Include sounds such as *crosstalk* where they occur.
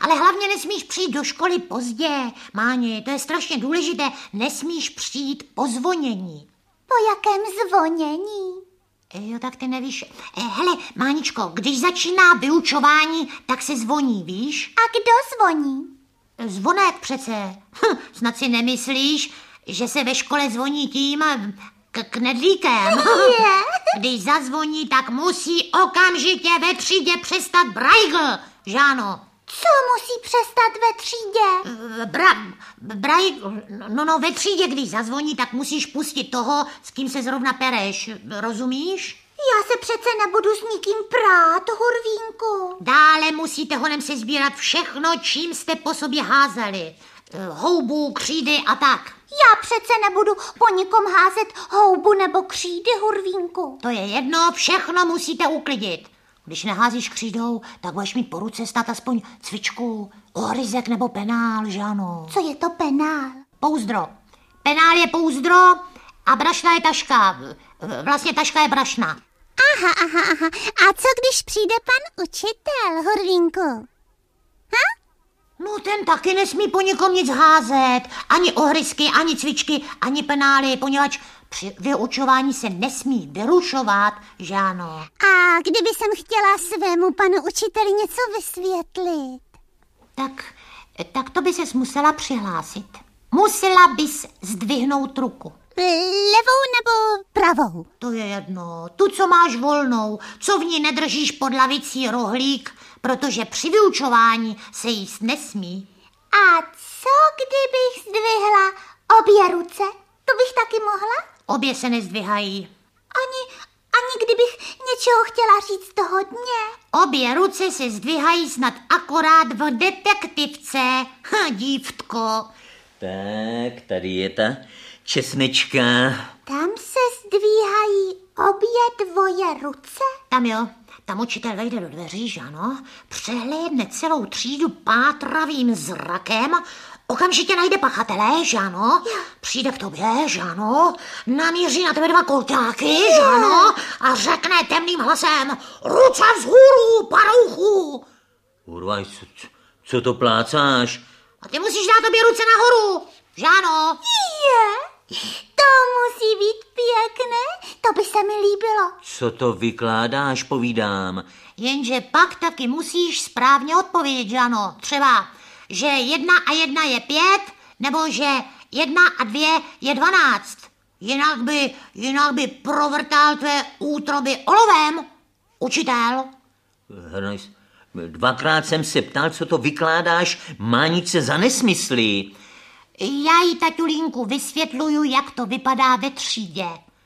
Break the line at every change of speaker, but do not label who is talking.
Ale hlavně nesmíš přijít do školy pozdě. Máni, to je strašně důležité. Nesmíš přijít po zvonění.
Po jakém zvonění?
E, Jo, tak ty nevíš. Eh, hele, Máničko, když začíná vyučování, tak se zvoní, víš? E,
A kdo zvoní?
Zvonek přece. Hm, snad si nemyslíš, že se ve škole zvoní tím eh, k- knedlíkem. *laughs*
Je.
Když zazvoní, tak musí okamžitě ve třídě přestat brajgl, že ano?
Co musí přestat ve třídě?
Eh, Bra, braj, no, no, ve třídě, když zazvoní, tak musíš pustit toho, s kým se zrovna pereš, rozumíš?
Já se přece nebudu s nikým prát, hurvínku.
Dále musíte honem se sbírat všechno, čím jste po sobě házeli. Eh, Houbu, křídy a tak.
Já přece nebudu po nikom házet houbu nebo křídy, hurvínku.
To je jedno, všechno musíte uklidit. Když neházíš křídou, tak budeš mít po ruce snad aspoň cvičku, ohryzek nebo penál, že ano?
Co je to penál?
Pouzdro. Penál je pouzdro a brašna je taška. V- Vlastně taška je brašna.
Aha, aha, aha. A co když přijde pan učitel, hurvínku?
No ten taky nesmí po nikom nic házet. Ani ohrysky, ani cvičky, ani penály, poněvadž při vyučování se nesmí vyrušovat, že ano.
A kdyby jsem chtěla svému panu učiteli něco vysvětlit?
Tak, tak to by ses musela přihlásit. Musela bys zdvihnout ruku.
Levou nebo pravou?
To je jedno. Tu, co máš volnou, co v ní nedržíš pod lavicí rohlík, protože při vyučování se jíst nesmí.
A co kdybych zdvihla obě ruce? To bych taky mohla?
Obě se nezdvihají.
Ani, ani kdybych něčeho chtěla říct to hodně.
Obě ruce se zdvihají snad akorát v detektivce. Ha, dívtko.
Tak, tady je ta česnečka.
Tam se zdvíhají obě dvoje ruce?
Tam jo, tam učitel vejde do dveří, že ano, přehlédne celou třídu pátravým zrakem, okamžitě najde pachatele, že ano, přijde k tobě, že ano, namíří na tebe dva kultáky, že ano, a řekne temným hlasem, ruce vzhůru, parouchu.
Urvaj, co, co to plácáš?
A ty musíš dát obě ruce nahoru, že ano.
Je, to musí být pěkné, to by se mi líbilo.
Co to vykládáš, povídám.
Jenže pak taky musíš správně odpovědět, že ano. Třeba, že jedna a jedna je pět, nebo že jedna a dvě je dvanáct. Jinak by, jinak by provrtal tvé útroby olovem, učitel.
Hrnojs, dvakrát jsem se ptal, co to vykládáš máničce za nesmysly.
Já jí, tatulínku, vysvětluju, jak to vypadá ve třídě.